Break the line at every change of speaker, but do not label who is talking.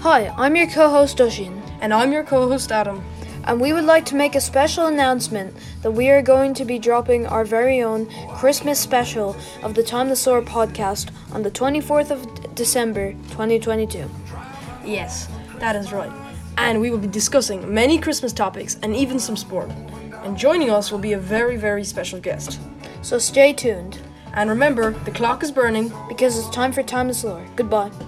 Hi, I'm your co host Dushin,
And I'm your co host Adam.
and we would like to make a special announcement that we are going to be dropping our very own Christmas special of the Tom the Sawyer podcast on the 24th of D- December 2022.
Yes, that is right. And we will be discussing many Christmas topics and even some sport. And joining us will be a very, very special guest.
So stay tuned,
And remember, the clock is burning.
because it's time for Tom the Sawyer. Goodbye.